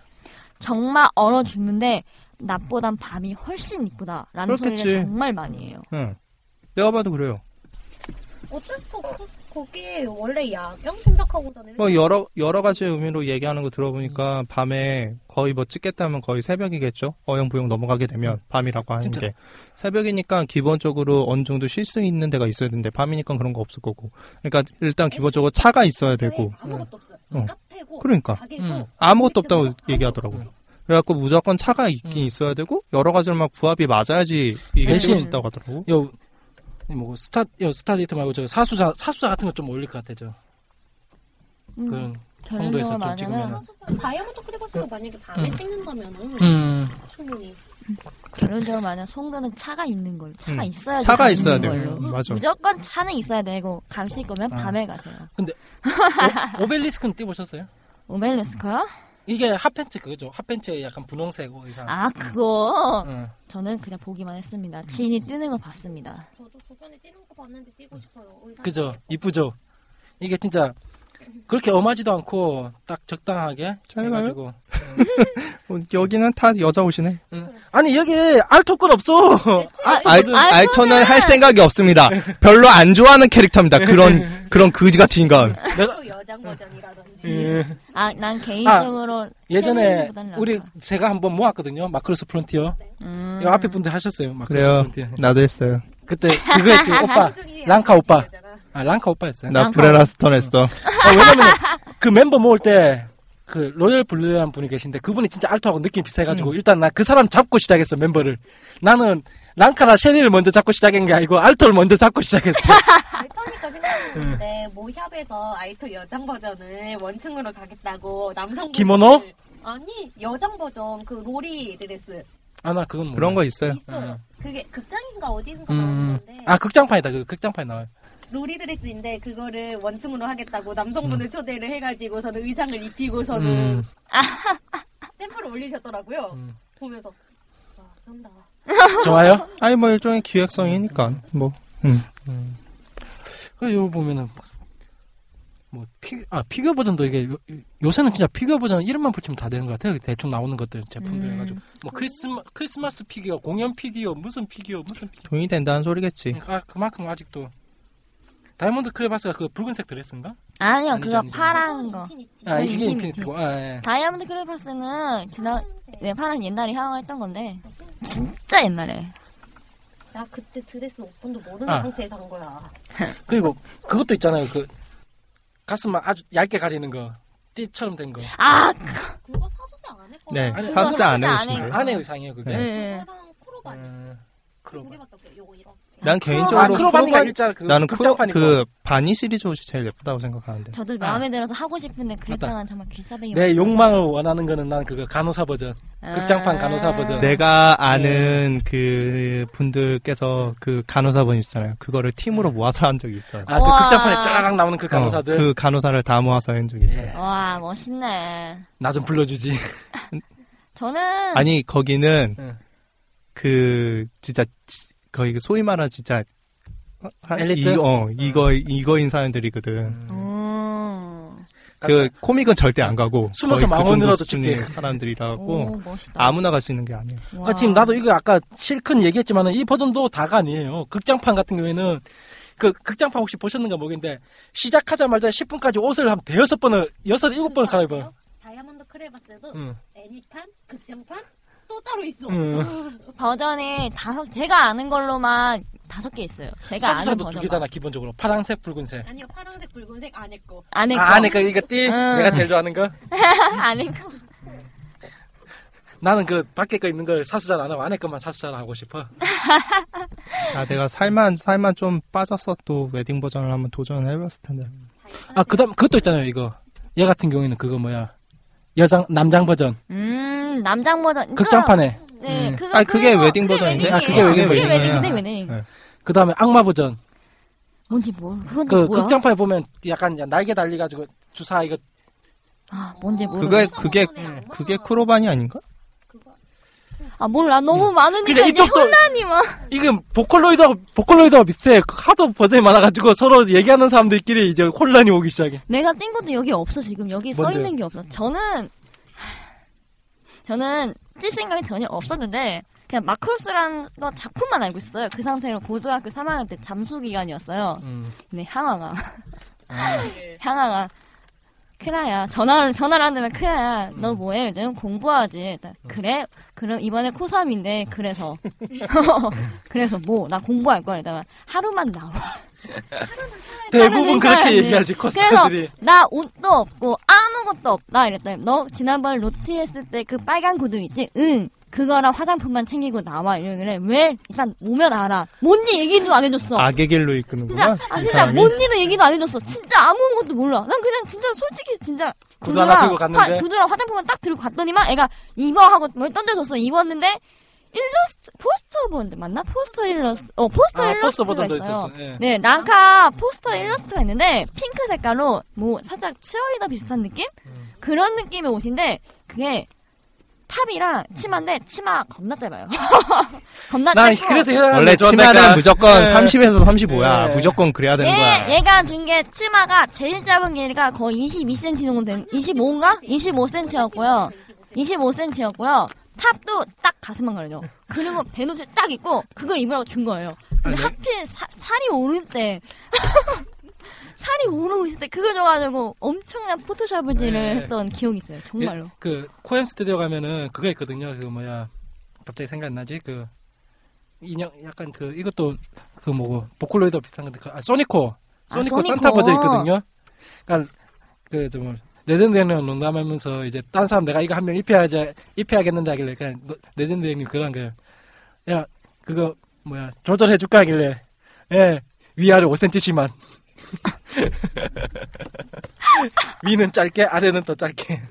정말 얼어 죽는데 낮보단 밤이 훨씬 이쁘다라는
그렇겠지.
소리를 정말 많이 해요.
응. 예. 내가 봐도 그래요.
어쩔 수 없죠. 거기에 원래 야경 생각하고서는
뭐 여러 여러 가지 의미로 얘기하는 거 들어보니까 밤에 거의 뭐 찍겠다면 거의 새벽이겠죠. 어영부영 넘어가게 되면 밤이라고 하는
진짜.
게 새벽이니까 기본적으로 어느 정도 쉴 수 있는 데가 있어야 되는데 밤이니까 그런 거 없을 거고. 그러니까 일단 기본적으로 차가 있어야 되고.
네, 아무것도 없어요.
어.
카페고
그러니까
가게고
음.
아무것도 없다고
아무것도
얘기하더라고요.
없어요.
그래갖고 무조건 차가 있긴
음.
있어야 되고 여러 가지로 막 부합이 맞아야지 이게
대신-
찍을 수 있다고 하더라고.
요, 뭐, 스타, 요, 스타데이트 말고 저 사수자, 사수자 같은 거 좀 올릴 것 같아, 저.
음,
그런.
결론적으로
좀
말하면
음.
찍으면은.
사실 다이아몬드 크리버스가 만약에 밤에 찍는다면은
음,
충분히
결론적으로 말하면 송도는 차가 있는 걸로 차가
음.
있어야
차가
되는
있어야 돼요.
걸로.
음, 맞아.
무조건 차는 있어야 되고 가실 거면
아.
밤에 가세요.
오벨리스크는 띄보셨어요?
오멜레스카요?
이게 핫팬츠 그거죠. 핫팬츠에 약간 분홍색 의상.
아 그거
응.
저는 그냥 보기만 했습니다. 지인이 뜨는 거 봤습니다.
저도 주변에 뛰는 거 봤는데 뛰고 싶어요. 의상
그죠. 이쁘죠. 이게 진짜 그렇게 엄하지도 않고 딱 적당하게
잘
해가지고.
어, 여기는 다 여자 옷이네.
아니 여기 알토건 없어.
아,
알톤 알톤은 할 생각이 없습니다. 별로 안 좋아하는 캐릭터입니다. 그런 그런 그지 같은 인간.
또 여장 버전이라든지
예.
아, 난 개인적으로
예전에
쉐리보다는 나을
우리
것 같아.
제가 한번 모았거든요. 마크로스 프론티어.
음.
이거 앞에 분들 하셨어요. 마크로스
그래요.
프론티어.
나도 했어요.
그때 그거 했지 오빠. 랑카 오빠. 아 랑카 오빠였어요.
나
난
브레라스턴 했어.
아, 왜냐면 그 멤버 모을 때 그 로열 블루라는 분이 계신데 그분이 진짜 알토하고 느낌 비슷해가지고 일단 나 그 사람 잡고 시작했어 멤버를 나는 랑카나 셰리를 먼저 잡고 시작한 게 아니고 알토를 먼저 잡고 시작했어
알터니까
네.
생각했는데 모샵에서 아이토 여장 버전을 원층으로 가겠다고 남성
기모노?
아니 여장 버전 그 로리 드레스
아 나 그건 몰라.
그런 거 있어요.
있어요. 그게 극장인가 어디인가
음.
나왔는데
아 극장판이다 그 극장판이 나와요
로리 드레스인데 그거를 원충으로 하겠다고 남성분을 초대를 해가지고서는 의상을 입히고서는
음.
샘플을 올리셨더라고요. 보면서 와 그런다.
좋아요?
아니 뭐 일종의 기획성이니까 뭐. 음.
그 요거 보면은 뭐 피, 아 피규어 버전도 이게 요, 새는 진짜 피규어 버전 이름만 붙이면 다 되는 것 같아요 대충 나오는 것들 제품들
음.
해가지고 뭐 크리스마, 크리스마스 피규어 공연 피규어 무슨 피규어 무슨 피규어
돈이 된다는 소리겠지.
그러니까 그만큼 아직도 다이몬드 크레바스가 그 붉은색 드레스인가?
아니요
아니죠,
그거
아니죠.
파란 거
아
아니,
이게
이게
인피니티고 아, 예.
다이아몬드 크레파스는 지난 네 파란 옛날에 향했던 건데 진짜 옛날에
나 그때 드레스 오픈도 모르는
아.
상태에서 한 거야.
그리고 그것도 있잖아요 그 가슴만 아주 얇게 가리는 거 띠처럼 된거
아
그거 사주지 않을
네.
거야.
아니,
사수지 안
사수지
해오신데.
않아요.
안에 의상이에요 그게
네.
그거랑 크로바니
음,
두
크로바
개밖에 없어요. 요거 이렇게.
난
아
개인적으로
크로바니가
크로바니-
일자 그
나는 크로,
극장판이고
그 바니 시리즈 옷이 제일 예쁘다고 생각하는데.
저도 마음에 들어서 하고 싶은데 그랬다간 정말 길사대기
아.
아.
내 욕망을 원하는 거는 난 그거 간호사 버전 극장판 간호사 버전. 네.
내가 아는 그 분들께서 그 간호사분 있잖아요. 그거를 팀으로 네. 모아서 한 적이 있어요.
아 그
우와.
극장판에 따라락 나오는 그 간호사들 예.
어, 그 네. 간호사를 다 모아서 한 적이 있어요.
와 멋있네
나 좀 불러주지
저는
아니 거기는
응.
그 진짜 지- 거의 그 소위 말하는 진짜 하-
엘리트? 음.
이, 어, 이거 이거인 사람들이거든.
음.
그 코믹은 절대 안 가고
아, 숨어서
거의 그
망원으로도
정도 수준의
찍게.
사람들이라고
오, 멋있다
아무나 갈 수 있는 게 아니에요.
와.
그러니까 지금 나도 이거 아까 실컷 얘기했지만은 이 버전도 다가 아니에요. 극장판 같은 경우에는 그 극장판 혹시 보셨는가 모르겠는데 시작하자마자 10분까지 옷을 한 대여섯 번을 여섯 일곱 번을
그거
갈아입어요. 음.
알아요? 다이아몬드 크레바스에도
응.
애니판, 극장판 또 따로 있어.
응.
버전이 다섯 제가 아는 걸로만 다섯 개 있어요 제가 아는
사수사도 두
버전
개잖아 기본적으로 파란색 붉은색.
아니요 파란색 붉은색 안 했고
안에 거
아, 아니 그 이거 띠
응.
내가 제일 좋아하는 거.
안에 거
나는 그 밖에 거 입는 걸 사수잘 안 하고 안에 것만 사수잘 하고 싶어.
아 내가 살만 살만 좀 빠졌어 또 웨딩 버전을 한번 도전을 해봤을 텐데.
아 그다음 그것도 있잖아요 이거. 얘 같은 경우에는 그거 뭐야 여장 남장 버전
음 남장 버전
극장판에
네,
음.
그거,
아니, 그게
그거-
웨딩 버전인데?
웨딩이에요.
아, 그게 웨딩
그게 웨딩,
버전이에요.
그게 웨딩.
네.
그다음에 악마 버전.
뭔지 모르. 그건
그
뭐야?
극장판에 보면 약간 날개 달리가지고 주사 이거
아, 뭔지 모르.
그게
음.
그게 그게 크로반이 아닌가?
아, 몰라. 너무 많으니까
근데
이제
그러니까 이쪽도-
혼란이 막.
이건 보컬로이드하고 보컬로이드하고 비슷해 그 하도 버전이 많아가지고 서로 얘기하는 사람들끼리 이제 혼란이 오기 시작해
내가 뗀 것도 여기 없어 지금 여기 써
뭔데요?
있는 게 없어. 저는 저는 쓸 생각이 전혀 없었는데 그냥 마크로스라는 거 작품만 알고 있어요. 그 상태로 고등학교 3학년 때 잠수 기간이었어요.
음.
근데 향아가 향아가 크라야 전화를 전화를 한다면 크라야 너 뭐해 요즘 공부하지 나, 그래 그럼 이번에 코삼인데 그래서 그래서 뭐 나 공부할 거야 이러면 하루만 나와
대부분 그렇게
사람이.
얘기하지
그래서
코스들이
나 옷도 없고 아무것도 없다 이랬더니 너 지난번 로티 했을 때 그 빨간 구두 있지? 응 그거랑 화장품만 챙기고 나와 이러길래 왜 일단 오면 알아 뭔지 얘기도 안 해줬어
악의 길로
진짜
이끄는구나.
아
이
진짜
사람이.
뭔지도 얘기도 안 해줬어 진짜 아무것도 몰라 난 그냥 진짜 솔직히 진짜
구두 하나 들고 갔는데?
화- 구두랑 화장품만 딱 들고 갔더니만 애가 입어 하고 뭘 던져줬어 입었는데 일러스트 포스터 보는데 맞나 포스터 일러스트 어 포스터
아,
일러스트가
포스터 보던데
있어요
있었어. 예.
네, 랑카 포스터 일러스트가 있는데 핑크 색깔로 뭐 살짝 치어리더 비슷한 느낌?
음.
그런 느낌의 옷인데 그게 탑이랑 치마인데 치마 겁나 짧아요. 겁나
난
짧고
그래서 이런
원래
걸 좋아한다니까.
치마는 무조건
예.
30에서 35야.
예.
무조건 그래야 되는 거야.
얘, 얘가 준 게 치마가 제일 짧은 길이가 거의 22cm 정도 된 25인가? 25cm였고요. 25cm였고요. 탑도 딱 가슴만 가려져. 그리고 배노출 딱 있고 그걸 입으라고 준 거예요.
아, 네.
근데 하필 사- 살이 오를 때 살이 오르고 있을 때 그거 줘가지고 엄청난 포토샵질을
네.
했던 기억이 있어요. 정말로.
그 코엠 스튜디오 가면은 그거 있거든요. 그 뭐야 갑자기 생각 안 나지? 그 인형 약간 그 이것도 그 뭐고 보컬로이드 비슷한 건데 그, 아, 소니코 소니코
소니코.
산타 버전 있거든요. 그러니까 그좀 레전드 형님 농담하면서 이제 딴 사람 내가 이거 한 명 입혀야지 입혀야겠는데 하길래 그냥 너- 레전드 형님 그런 거예요. 야 그거 뭐야 조절해 줄까 하길래 예 위아래 5cm씩만 위는 짧게 아래는 더 짧게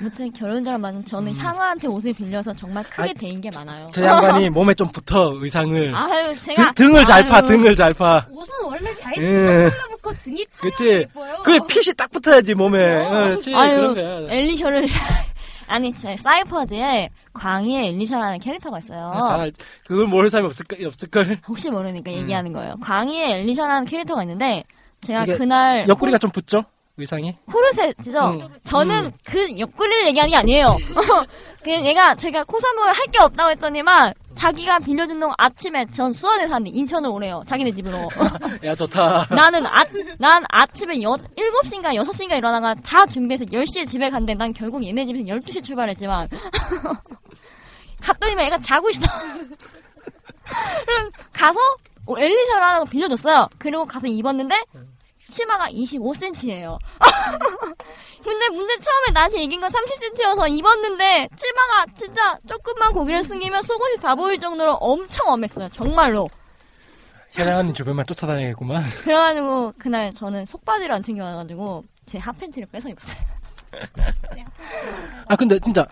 아무튼 결혼 전만 저는 향화한테 옷을 빌려서 정말 크게
음. 아,
데인 게 많아요.
저 양반이 몸에 좀 붙어 의상을
아유 제가
등, 등을 잘
아유.
파 등을 잘파
옷은 원래 잘
예.
입고 등이
그치.
파면 예뻐요.
그 핏이 딱 붙어야지 몸에 예, 그렇지 그런
예.
거야
엘리셔를 아니 제 사이퍼드에 광희의 엘리셔라는 캐릭터가 있어요.
아, 잘 음. 그걸 모를 사람이 없을걸 없을걸
혹시 모르니까 얘기하는 거예요. 광희의 엘리셔라는 캐릭터가 있는데 제가
그게
네.
그날
옆구리가 좀 붙죠 의상이
코르셋이죠.
음.
저는 그 옆구리를 얘기하는 게 아니에요. 그냥 얘가 제가 코사무를 할 게 없다고 했더니만 자기가 빌려준 동 아침에 전 수원에 사는데 인천으로 오래요. 자기네 집으로.
야 좋다
나는 아, 난 아침에 여, 7시인가 6시인가 일어나가 다 준비해서 10시에 집에 갔는데 난 결국 얘네 집에서 12시에 출발했지만 갔더니만 애가 자고 있어. 그럼 가서 엘리셔를 하라고 빌려줬어요. 그리고 가서 입었는데 치마가 25cm예요. 근데 문제 처음에 나한테 얘긴 건 30cm여서 입었는데 치마가 진짜 조금만 고개를 숙이면 속옷이 다 보일 정도로 엄청 엄했어요. 정말로.
혜랑 언니 주변만 쫓아다니겠구만
그래가지고 그날 저는 속바지를 안 챙겨와가지고 제 핫팬츠를 뺏어 입었어요.
아 근데 진짜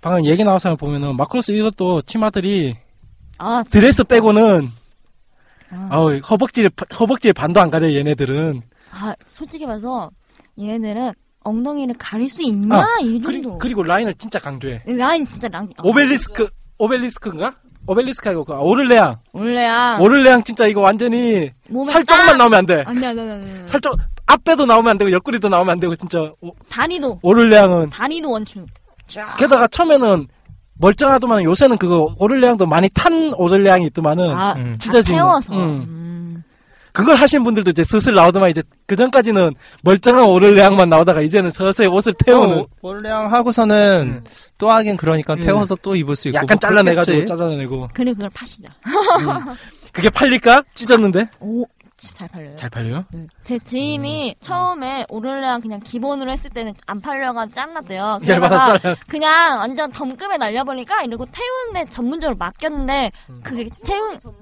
방금 얘기 나온 사람 보면은 마크로스 이것도 치마들이
음.
아,
드레스 빼고는 아우 허벅지를 허벅지 반도 안 가려 얘네들은
아 솔직히 봐서 얘네들은 엉덩이를 가릴 수 있냐
아,
이
그리, 어?
정도.
그리고 라인을 진짜 강조해
라인 진짜 랑. 아,
오벨리스크 오벨리스크인가? 오벨리스크 아니고 그 오를레앙
원래야.
오를레앙 진짜 이거 완전히
아. 몸에
살 조금만
딱-
나오면 안 돼.
아니야, 아니야, 아니야. 아니야.
살 조, 앞배도 나오면 안 되고 옆구리도 나오면 안 되고 진짜 오,
다니도
오를레앙은
다니도
음,
원충. 아.
게다가 처음에는 멀쩡하더만 요새는 그거 오를레앙도 많이 탄 오를레앙이 있더만은
아,
음.
다
찢어지는.
태워서.
음.
음.
그걸 하신 분들도 이제 슬슬 나오더만 이제 그 전까지는 멀쩡한 오를레앙만 나오다가 이제는 서서히 옷을 태우는
또 월량 어, 하고서는 또 하긴 그러니까
음.
태워서 또 입을 수 있고
약간
뭐
잘라내가지고
그렇겠지.
잘라내고
그리고 그걸 파시죠.
그게 팔릴까? 찢었는데
오, 진짜 잘 팔려요.
잘 팔려요?
네. 제 지인이 처음에 오를레랑 그냥 기본으로 했을 때는 안 팔려가 짠났대요.
열받아 잘라.
그냥 완전 덤금에 날려버리니까 이러고 태우는데 전문적으로 맡겼는데 그게 태운
그런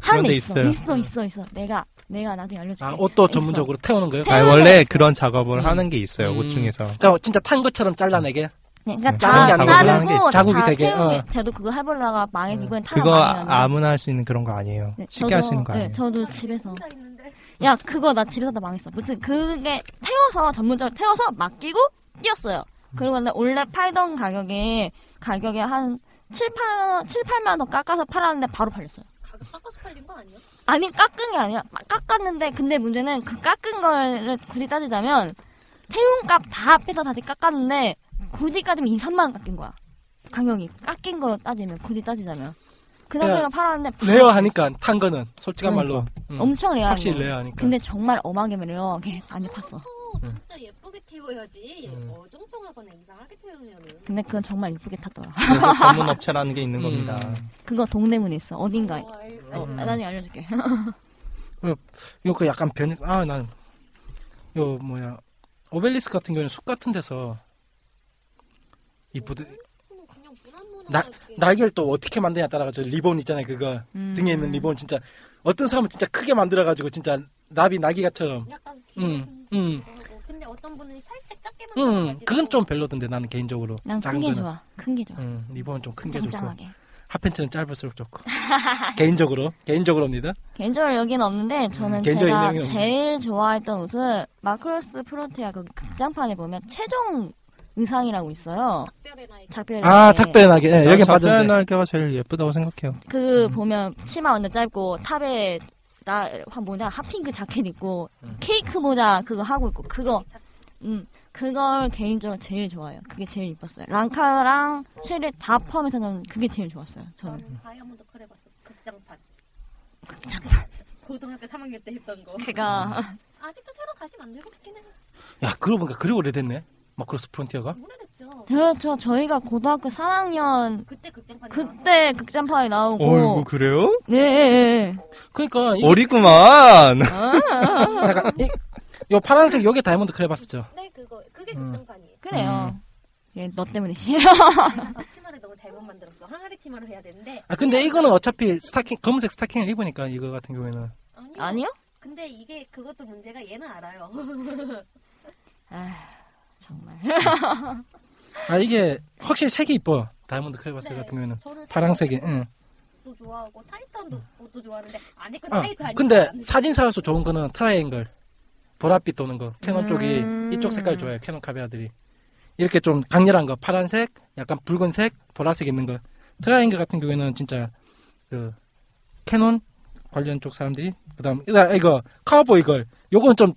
하는데
데
있어.
있어요.
있어 있어 있어 내가 내가 나중에 알려줄게.
아 옷도
있어.
전문적으로 태우는 거예요?
태우-
아니,
태우는 데
원래
있어.
그런 작업을
음.
하는 게 있어요.
음.
옷 중에서.
그러니까 진짜 탄 것처럼 잘라내게.
그러니까
작은
다
게 아니고
그런 게
자르고
있어.
자국이
다
되게,
태우는 게-
어.
저도 그거 해보려다가 망해 이번엔 타가
그거
많이 나네.
아무나 할 수 있는 그런 거 아니에요.
네,
쉽게 할 수 있는 거
네,
아니에요.
저도 집에서. 야, 그거 나 집에서 다 망했어. 무튼 그게 태워서 전문적으로 태워서 맡기고 뛰었어요. 그리고 근데 원래 팔던 가격에 가격에 한 7, 8, 7, 8만 원 더 깎아서 팔았는데 바로 팔렸어요.
깎아서 팔린 거 아니에요?
아니, 깎은 게 아니라 막 깎았는데 근데 문제는 그 깎은 거를 굳이 따지자면 태운 값다 앞에다 다시 깎았는데 굳이 따지면 2, 3만 원 깎인 거야. 강형이 깎인 거로 따지면 굳이 따지자면 그나저나 팔았는데
네,
레어하니까 탄 거는 솔직한 말로 음,
그러니까. 엄청 레어한
확실히
거.
레어하니까.
근데 정말 엄하게 레어하게 안 입혔어.
진짜 예쁘게 태워야지.
음.
어정쩡하거나 이상하게 태우면은.
근데 그건 정말 이쁘게 탔더라.
그래서 전문업체라는 게 있는
음.
겁니다.
그거 동대문에 있어 어딘가에.
어, 알-
어,
음.
나중에 알려줄게.
요거 약간 변, 아, 난, 요, 뭐야, 오벨리스 같은 경우는 숲 같은 데서, 이 부대,
그거는 그냥 무난무난.
날, 날개를 또 어떻게 만드냐 따라가 지 리본 있잖아요, 그거.
음.
등에 있는 리본 진짜, 어떤 사람은 진짜 크게 만들어가지고, 진짜, 나비 나기가처럼.
약간 긴
음, 음,
거고. 근데 어떤 분은 살짝 작게 만들어
음. 그건 좀 별로던데, 나는 개인적으로.
난 큰 게 좋아. 큰 게 좋아.
음, 리본은 좀 큰 게 좋고.
짱짱하게.
핫팬츠는 짧을수록 좋고. 개인적으로, 개인적으로입니다.
개인적으로 여기는 없는데 저는
음, 개인적인
제가
의미는 없네.
제일 좋아했던 옷은 마크로스 프론티아 그 극장판에 보면 최종 의상이라고 있어요.
특별해 나이.
작별.
아, 작별의 나게. 예,
네,
여기
작별
빠졌는데.
날개가 제일 예쁘다고 생각해요.
그
음.
보면 치마 완전 짧고 탑에 라 하- 뭐냐 핫핑크 자켓 입고
음.
케이크 모자 그거 하고 있고 그거 음 그걸 개인적으로 제일 좋아해요. 그게 제일 이뻤어요. 랑카랑 쉐를 다 포함해서 저는 그게 제일 좋았어요. 저는
나는 다이아몬드 그래봤어. 극장판.
극장판.
고등학교 3학년 때 했던 거.
그러니까.
음.
그가
아직도 새로 가시 만들고 싶긴 해.
야, 그러고 보니까 그리 오래됐네. 마크로스 프론티어가.
오래됐죠.
그렇죠. 저희가 고등학교 3학년
그때 극장판.
그때 극장판이 나오고
그래요?
네. 예, 예.
그러니까, 이,
어리구만.
잠깐, 이, 요 파란색 요게 다이아몬드 크레바스죠.
네 그거 그게
음.
극장판이에요.
그래요. 예, 너 때문에 싫어.
내가 저 치마를 너무 잘못 만들었어. 항아리 치마로 해야 되는데
아 근데 이거는 어차피 스타킹 검은색 스타킹을 입으니까 이거 같은 경우에는
아니요.
아니요?
근데 이게 그것도 문제가 얘는 알아요.
아, 정말.
아 이게 확실히 색이 이뻐 다이아몬드 크레바스
네,
같은 경우에는
저는
파랑색이 응.
도 좋아하고 타이탄도 옷도 좋아하는데 안에 건
아,
타이탄.
근데 사진사로서 좋은 거는 트라이앵글 보랏빛 도는 거 캐논 쪽이
음.
이쪽 색깔 좋아해요 캐논 카베아들이 이렇게 좀 강렬한 거 파란색 약간 붉은색 보라색 있는 거 트라이앵글 같은 경우에는 진짜 그 캐논 관련 쪽 사람들이 그다음 이거- 이거 카우보이 걸 요거는 좀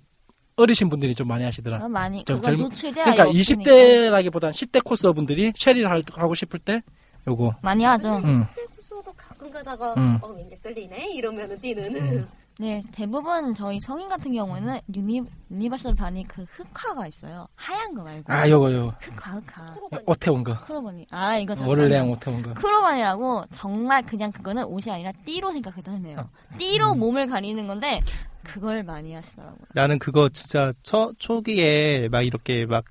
어리신 분들이 좀 많이 하시더라
그건 많이
좀
그건
젊은-
노출돼야
그러니까
이거 없으니까.
20대라기보단 10대 코스어분들이 쉐리를 할- 하고 싶을 때 요거
많이 하죠.
음.
수도 가끔 가다가
음.
어 왠지 끌리네 이러면은 뛰는.
네, 대부분 저희 성인 같은 경우에는 유니 유니버설 반이 그 흑화가 있어요. 하얀 거 말고.
아 요거 요거
흑화 흑화.
오태온 거
크로번이. 아, 이거 저
월레양 오태온 거
크로반이라고 정말 그냥 그거는 옷이 아니라 띠로 생각했다네요.
어.
띠로
음.
몸을 가리는 건데 그걸 많이 하시더라고요.
나는 그거 진짜 초, 초기에 막 이렇게 막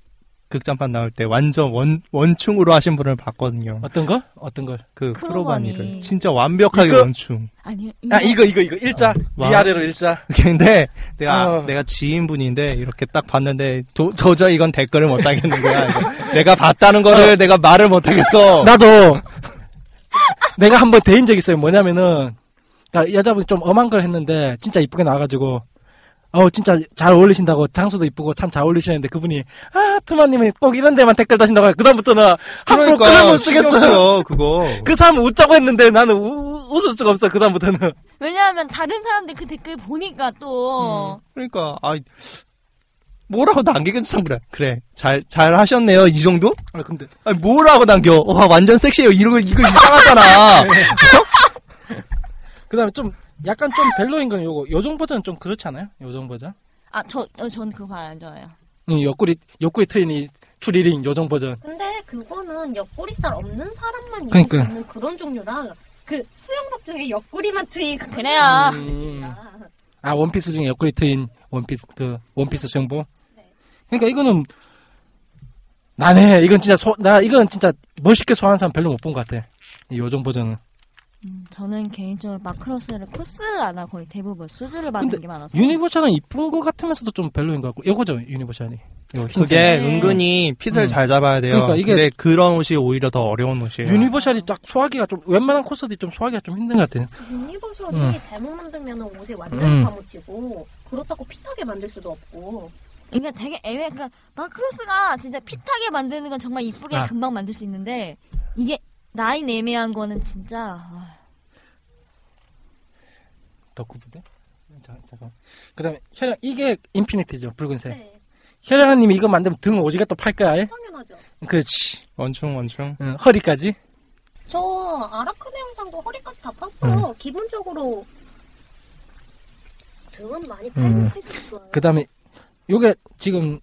극장판 나올 때 완전 원, 원충으로 하신 분을 봤거든요.
어떤 거? 어떤 걸?
그
크로바니.
크로바니를. 진짜 완벽하게
이거?
원충.
아니,
아 이거 이거 이거 일자
와.
위아래로 일자
근데 내가,
아.
내가 지인분인데 이렇게 딱 봤는데 도, 저저 이건 댓글을 못 하겠는 거야. 이거. 내가 봤다는 거를 내가 말을 못 하겠어.
어. 나도 내가 한번 대인 적 있어요 뭐냐면은 그러니까 여자분이 좀 엄한 걸 했는데 진짜 이쁘게 나와가지고 어우 진짜 잘 어울리신다고 장소도 이쁘고 참 잘 어울리시는데 그분이 아 투마님이 꼭 이런 데만 댓글 다신다고 그다음부터는 함부로 글을 못 쓰겠어요
쓰겠어요, 그러니까 그거.
그 사람 웃자고 했는데 나는 우- 우- 웃을 수가 없어 그다음부터는
왜냐하면 다른 사람들 그 댓글 보니까
음.
또
그러니까, 아 뭐라고 남기긴 참 그래. 그래. 잘, 잘 하셨네요. 이 정도?
아 근데
아니, 뭐라고 남겨? 어, 와, 완전 섹시해요. 이거, 이거 이상하잖아.
그다음에 좀 약간 좀 별로인 건 요거 요정 버전 좀 그렇지 않아요 요정 버전
아저 어, 전 그거 별로 안 좋아해요.
응 옆구리 옆구리 트인이 추리링 요정 버전
근데 그거는 옆구리살 없는 사람만 입을
그러니까.
수 있는 그런 종류라 그 수영복 중에 옆구리만 트인 그
그래요.
아 원피스 중에 옆구리 트인 원피스 그 원피스 수영복 그러니까 이거는 나네 이건 진짜 소, 나 이건 진짜 멋있게 소화하는 사람 별로 못 본 것 같아 이 요정 버전은
음, 저는 개인적으로 마크로스를 코스를 안 하고 거의 대부분 수술을 받는
근데
게 많아서.
유니버셜은 이쁜 것 같으면서도 좀 별로인 것 같고 요거죠 유니버셜이 요 흰색.
그게
네.
은근히 핏을
음.
잘 잡아야 돼요.
그러니까 이게-
근데 그런 옷이 오히려 더 어려운 옷이에요.
유니버셜이 딱 소화하기가 좀 웬만한 콘서트들이 좀 소화하기가 좀 힘든 것 같아요
유니버셜이
음.
잘못 만들면 옷에 완전히
음.
파묻히고 그렇다고 핏하게 만들 수도 없고
이게 되게 애매. 그러니까 마크로스가 진짜 핏하게 만드는 건 정말 이쁘게
아.
금방 만들 수 있는데 이게 라인 애매한 거는 진짜 아,
덕후부대? 자, 잠깐. 그 다음에 혈연, 이게 인피니티죠, 붉은색.
네.
혈양아님이 이거 만들면 등 오지게 또 팔 거야. 예?
당연하죠.
그렇지.
원충 원충.
응, 허리까지.
저 아라크네 영상도 허리까지 다 팠어요. 기본적으로 등은 많이 팔고
음.
팔수록 좋아요.
그 다음에 요게 지금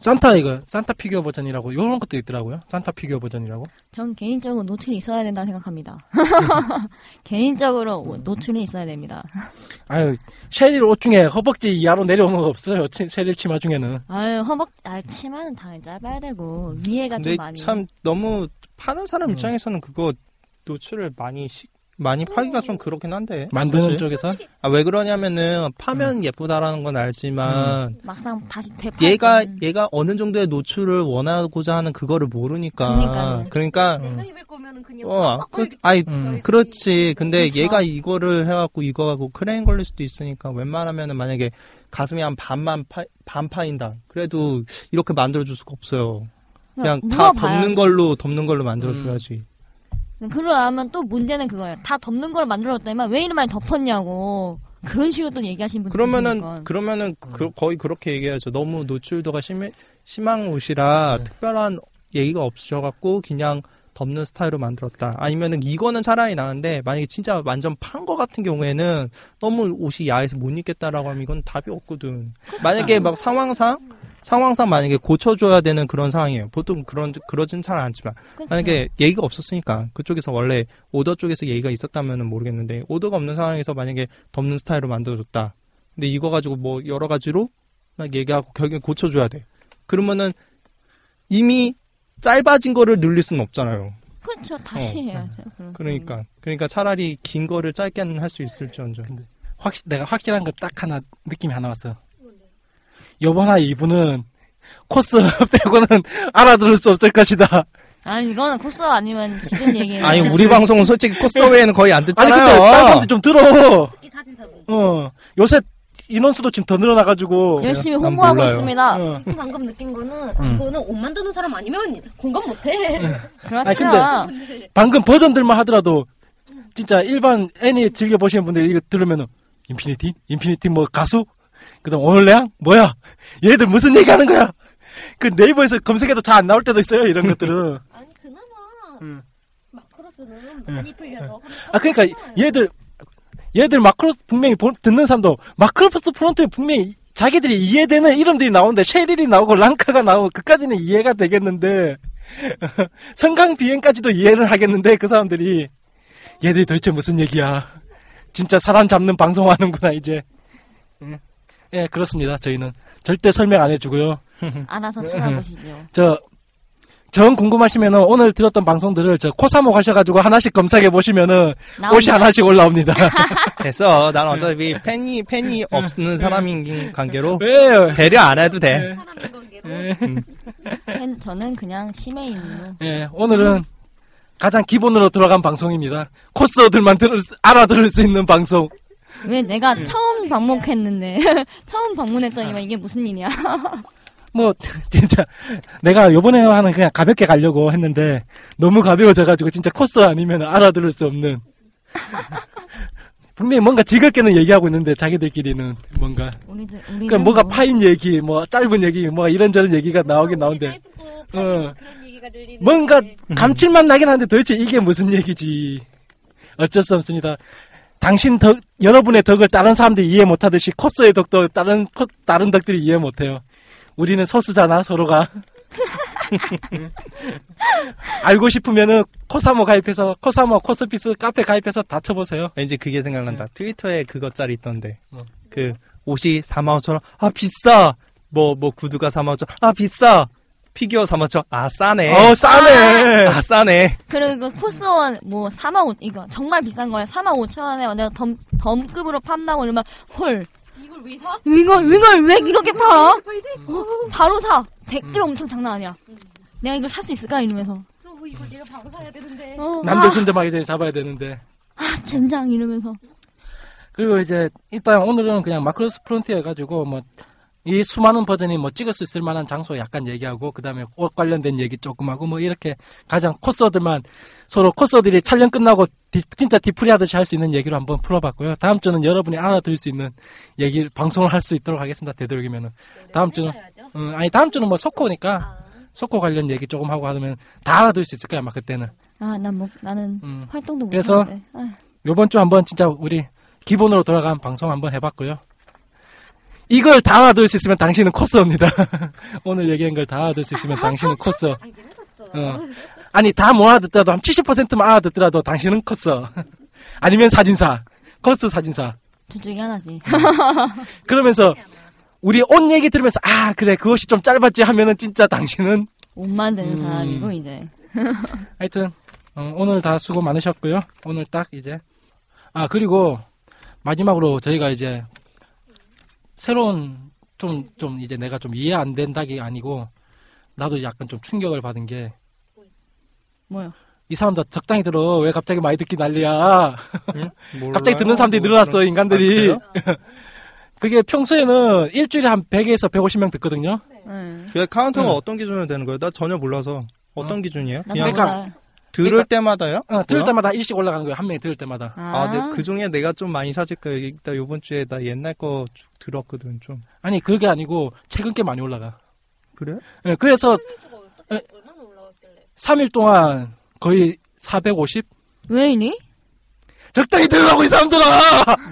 산타 이거 산타 피규어 버전이라고 요런 것도 있더라고요. 산타 피규어 버전이라고.
전 개인적으로 노출이 있어야 된다고 생각합니다. 개인적으로 노출이 있어야 됩니다.
아유 쉐릴 옷 중에 허벅지 이하로 내려오는 거 없어요. 치- 쉐릴 치마 중에는.
아유 허벅 아 치마는 당연히 짧아야 되고 위에가 좀
근데
많이
참 너무 파는 사람
음.
입장에서는 그거 노출을 많이 시- 많이
음.
파기가 좀 그렇긴 한데.
만드는
사실.
쪽에서 음.
아, 왜 그러냐면은 파면 예쁘다라는 건 알지만
막상 다시 되팔
얘가
때는
얘가 어느 정도의 노출을 원하고자 하는 그거를 모르니까.
그러니까요.
그러니까
내가 입을 거면은 그냥
어,
막
그,
이렇게
아니
음.
그렇지. 근데
그렇죠.
얘가 이거를 해갖고 이거 하고 크레인 걸릴 수도 있으니까 웬만하면은 만약에 가슴이 한 반만 파, 반 파인다. 그래도 이렇게 만들어줄 수가 없어요. 그냥 다
그러니까 물어봐야
덮는 걸로 덮는 걸로 만들어줘야지.
음. 그러면 또 문제는 그거예요. 다 덮는 걸 만들었더니만 왜 이리 많이 덮었냐고 그런 식으로 또 얘기하시는 음. 분들
그러면은
계시니까.
그러면은 그- 거의 그렇게 얘기하죠. 너무 노출도가 심 심한 옷이라 특별한 얘기가 없으셔갖고 그냥 덮는 스타일로 만들었다. 아니면은 이거는 차라리 나은데 만약에 진짜 완전 판 거 같은 경우에는 너무 옷이 야해서 못 입겠다라고 하면 이건 답이 없거든.
그렇죠.
만약에 막 상황상 상황상 만약에 고쳐줘야 되는 그런 상황이에요. 보통 그런 그러진 잘 않지만
그쵸.
만약에 예의가 없었으니까 그쪽에서 원래 오더 쪽에서 예의가 있었다면은 모르겠는데 오더가 없는 상황에서 만약에 덮는 스타일로 만들어줬다. 근데 이거 가지고 뭐 여러 가지로 막 얘기하고 결국엔 고쳐줘야 돼. 그러면은 이미 짧아진 거를 늘릴 수는 없잖아요.
그렇죠 다시
어,
해야죠. 그런
그러니까 그러니까 차라리 긴 거를 짧게는 할 수 있을지언정.
확 내가 확실한 거 딱 하나 느낌이 하나 왔어. 요번 화 이분은 코스 빼고는 알아들을 수 없을 것이다.
거. 아니 이거는 코스 아니면 지금 얘기는
아니 우리 방송은 솔직히 코스 외에는 거의 안
예. 아니
듣잖아요.
근데 다른 사람들 좀 들어.
이 사진 사고.
어 요새 인원수도 지금 더 늘어나가지고.
열심히
난
홍보하고
몰라요.
있습니다.
어.
방금 느낀 거는
음.
이거는 옷 만드는 사람 아니면 공감 못해.
아니,
그렇죠.
근데- 방금 버전들만 하더라도 진짜 일반 애니 즐겨 보시는 분들이 이거 들으면은 인피니티, 인피니티 뭐 가수, 그다음 오늘량 뭐야? 얘들 무슨 얘기하는 거야? 그 네이버에서 검색해도 잘 안 나올 때도 있어요 이런 것들은.
아니 그나마
음.
마크로스는 많이 풀려서
아 그러니까 얘들 얘들 마크로 분명히 보- 듣는 사람도 마크로포스 프론트에 분명히 자기들이 이해되는 이름들이 나오는데 쉐릴이 나오고 랑카가 나오고 그까지는 이해가 되겠는데 성강 비행까지도 이해를 하겠는데 그 사람들이 얘들이 도대체 무슨 얘기야 진짜 사람 잡는 방송하는구나 이제 예. 예 그렇습니다 저희는 절대 설명 안 해주고요
알아서
네.
찾아보시죠.
저, 정 궁금하시면은 오늘 들었던 방송들을 저 코사모 가셔가지고 하나씩 검색해 보시면은 옷이
나옵니다.
하나씩 올라옵니다.
됐어. 난 어차피 팬이 팬이
예.
없는 사람인 관계로
왜요?
배려 안 해도
예.
돼.
사람인 관계로
팬- 저는 그냥 심해인이요.
예, 오늘은 가장 기본으로 들어간 방송입니다. 코스어들만 들을, 수- 알아들을 수 있는 방송.
왜 내가
네.
처음 방문했는데 처음 방문했더니만 이게 무슨 일이야?
뭐, 진짜, 내가 요번에 하는 그냥 가볍게 가려고 했는데, 너무 가벼워져가지고 진짜 코스 아니면 알아들을 수 없는. 분명히 뭔가 즐겁게는 얘기하고 있는데, 자기들끼리는 뭔가.
우리들 우리는
그러니까 뭐가
뭐-
파인 얘기, 뭐 짧은 얘기, 뭐 이런저런 얘기가 나오긴 나오는데
예쁘고 뭐
어.
그런 얘기가 들리는
뭔가 감칠맛 나긴 한데 도대체 이게 무슨 얘기지? 어쩔 수 없습니다. 당신 덕, 여러분의 덕을 다른 사람들이 이해 못하듯이 코스의 덕도 다른 코- 다른 덕들이 이해 못해요. 우리는 서수잖아 서로가. 알고 싶으면은 코사모 가입해서 코사모 코스피스 카페 가입해서 다 쳐보세요.
왠지 그게 생각난다. 트위터에 그거 짤이 있던데.
뭐?
그 옷이 4만 5천 원. 아 비싸. 뭐 뭐 구두가 4만 5천 원. 아 비싸. 피규어 4만 5천 원. 아 싸네.
어 싸네.
아 싸네.
그리고 그 코스원 뭐 4만 5 이거 정말 비싼 거야. 4만 5천 원에 내가 덤 덤급으로 판다고 이러면 헐
이걸 왜 사? 음,
이걸 이걸 왜 이렇게 팔아?
팔지? 음.
어, 바로 사 댓글
음.
엄청 장난 아니야. 내가 이걸 살 수 있을까 이러면서
그럼 뭐 이걸 내가 바로 사야 되는데
어,
남들
아,
손잡아기 전에 잡아야 되는데.
아, 젠장 이러면서
그리고 이제 일단 오늘은 그냥 마크로스 프론티어 가지고 뭐 이 수많은 버전이 뭐 찍을 수 있을 만한 장소 약간 얘기하고 그다음에 옷 관련된 얘기 조금 하고 뭐 이렇게 가장 코스들만 서로 코스들이 촬영 끝나고 디- 진짜 디프리 하듯이 할 수 있는 얘기로 한번 풀어봤고요. 다음 주는 여러분이 알아들을 수 있는 얘기를 방송을 할 수 있도록 하겠습니다. 되도록이면은 다음 주는
네, 해봐야죠. 아.
음, 아니 다음 주는 뭐 소코니까 소코 관련 얘기 조금 하고 하면 다 알아들 수 있을 거야 아마 그때는
아, 난 뭐, 나는
음.
활동도 못
그래서-
하는데. 아휴.
요번 주 한번 진짜 우리 기본으로 돌아간 방송 한번 해봤고요 이걸 다 알아들 수 있으면 당신은 코스입니다 오늘 얘기한 걸 다 알아들 수 있으면 당신은 코스 어. 아니 다 모아듣더라도 한 70%만 알아듣더라도 당신은 코스 아니면 사진사 코스 사진사
둘 중에 하나지.
그러면서 우리 옷 얘기 들으면서 아 그래 그것이 좀 짧았지 하면은 진짜 당신은
옷 만드는
음.
사람이고, 이제.
하여튼 어, 오늘 다 수고 많으셨고요. 오늘 딱 이제 아 그리고 마지막으로 저희가 이제 새로운 좀 좀 이제 내가 좀 이해 안 된다기 아니고 나도 약간 좀 충격을 받은 게 이
뭐요?
사람들 적당히 들어 왜 갑자기 많이 듣기 난리야
몰라요.
갑자기 듣는 사람들이 늘어났어 인간들이
아,
그게 평소에는 일주일에 한 100에서 150명 듣거든요
네.
응.
그 카운터가
응.
어떤 기준으로 되는 거예요? 나 전혀 몰라서 어떤 기준이에요?
난
그냥
그러니까-
몰라요.
들을
그러니까-
때마다요?
어, 들을
뭐야?
때마다 일씩 올라가는 거예요 한 명이 들을 때마다
아,
아, 네, 그 중에 내가 좀 많이 사줄 거예요. 일단 요번 주에 나 옛날 거 쭉 들었거든 좀.
아니 그게 아니고 최근 게 많이 올라가
그래?
예, 그래서 예.
얼마나 올라왔길래?
3일 동안 거의 450?
왜 이니?
적당히 들으라고 이 사람들아!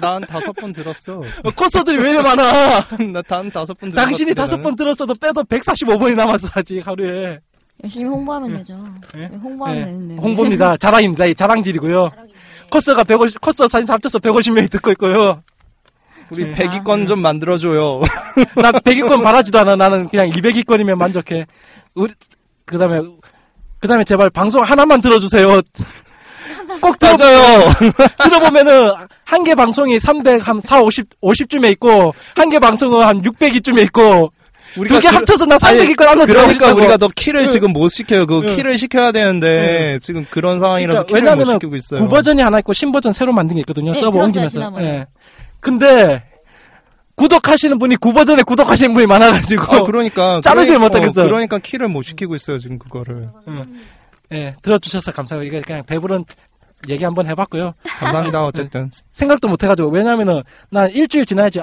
난 다섯 번 들었어.
코스들이 왜 이래 많아!
나단 다섯 번 들었어.
당신이 다섯 번 들었어도 빼도 145번이 남았어 아직 하루에
열심히 홍보하면 되죠.
예?
왜 홍보하면
예.
되는데.
홍보입니다 자랑입니다 이 자랑질이고요 코스가 150 코스 사진 합쳐서 150명이 듣고 있고요
우리
아.
백위권 좀 만들어줘요.
나 100위권 바라지도 않아 나는 그냥 200위권이면 만족해 우리 그 다음에 그 다음에 제발 방송 하나만 들어주세요 꼭 들어줘요 들어보면은 한 개 방송이 300, 한 4, 50, 50쯤에 있고 한 개 방송은 한 600이쯤에 있고 두 개
들-
합쳐서 나
아니,
300위권 하나
그러니까
들어주려고.
우리가 너 키를
응.
지금 못 시켜요. 그
응.
키를 시켜야 되는데 지금 그런 상황이라서
그러니까
키를 못
왜냐면은
시키고 있어요.
두 버전이 하나 있고 신버전 새로 만든 게 있거든요.
네,
서버
들었어요,
옮기면서.
지난번에.
예. 근데 구독하시는 분이 구버전에 구독하시는 분이 많아가지고
아, 그러니까
자르질
그러니-
못하겠어요.
어, 그러니까 키를 못 시키고 있어요 지금 그거를.
예, 들어주셔서 감사하고 이거 그냥 배부른 얘기 한번 해봤고요.
감사합니다 어쨌든.
생각도 못해가지고 왜냐면은 난 일주일 지나야지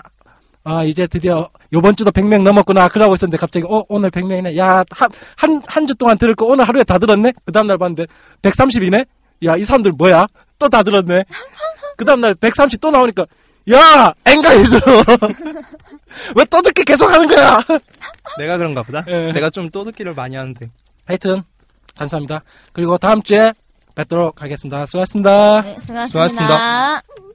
아 이제 드디어 요번 주도 100명 넘었구나 그러고 있었는데 갑자기 어 오늘 100명이네 야 한 한 한 주 동안 들을 거 오늘 하루에 다 들었네 그 다음날 봤는데 130이네 야 이 사람들 뭐야 또 다 들었네 그 다음날 130 또 나오니까 야 엥가이 들어 왜 또 듣게 계속 하는 거야
내가 그런가 보다.
예.
내가 좀 또듣기를 많이 하는데.
하여튼 감사합니다 그리고 다음 주에 뵙도록 하겠습니다 수고하셨습니다
네, 수고하셨습니다.
수고하셨습니다.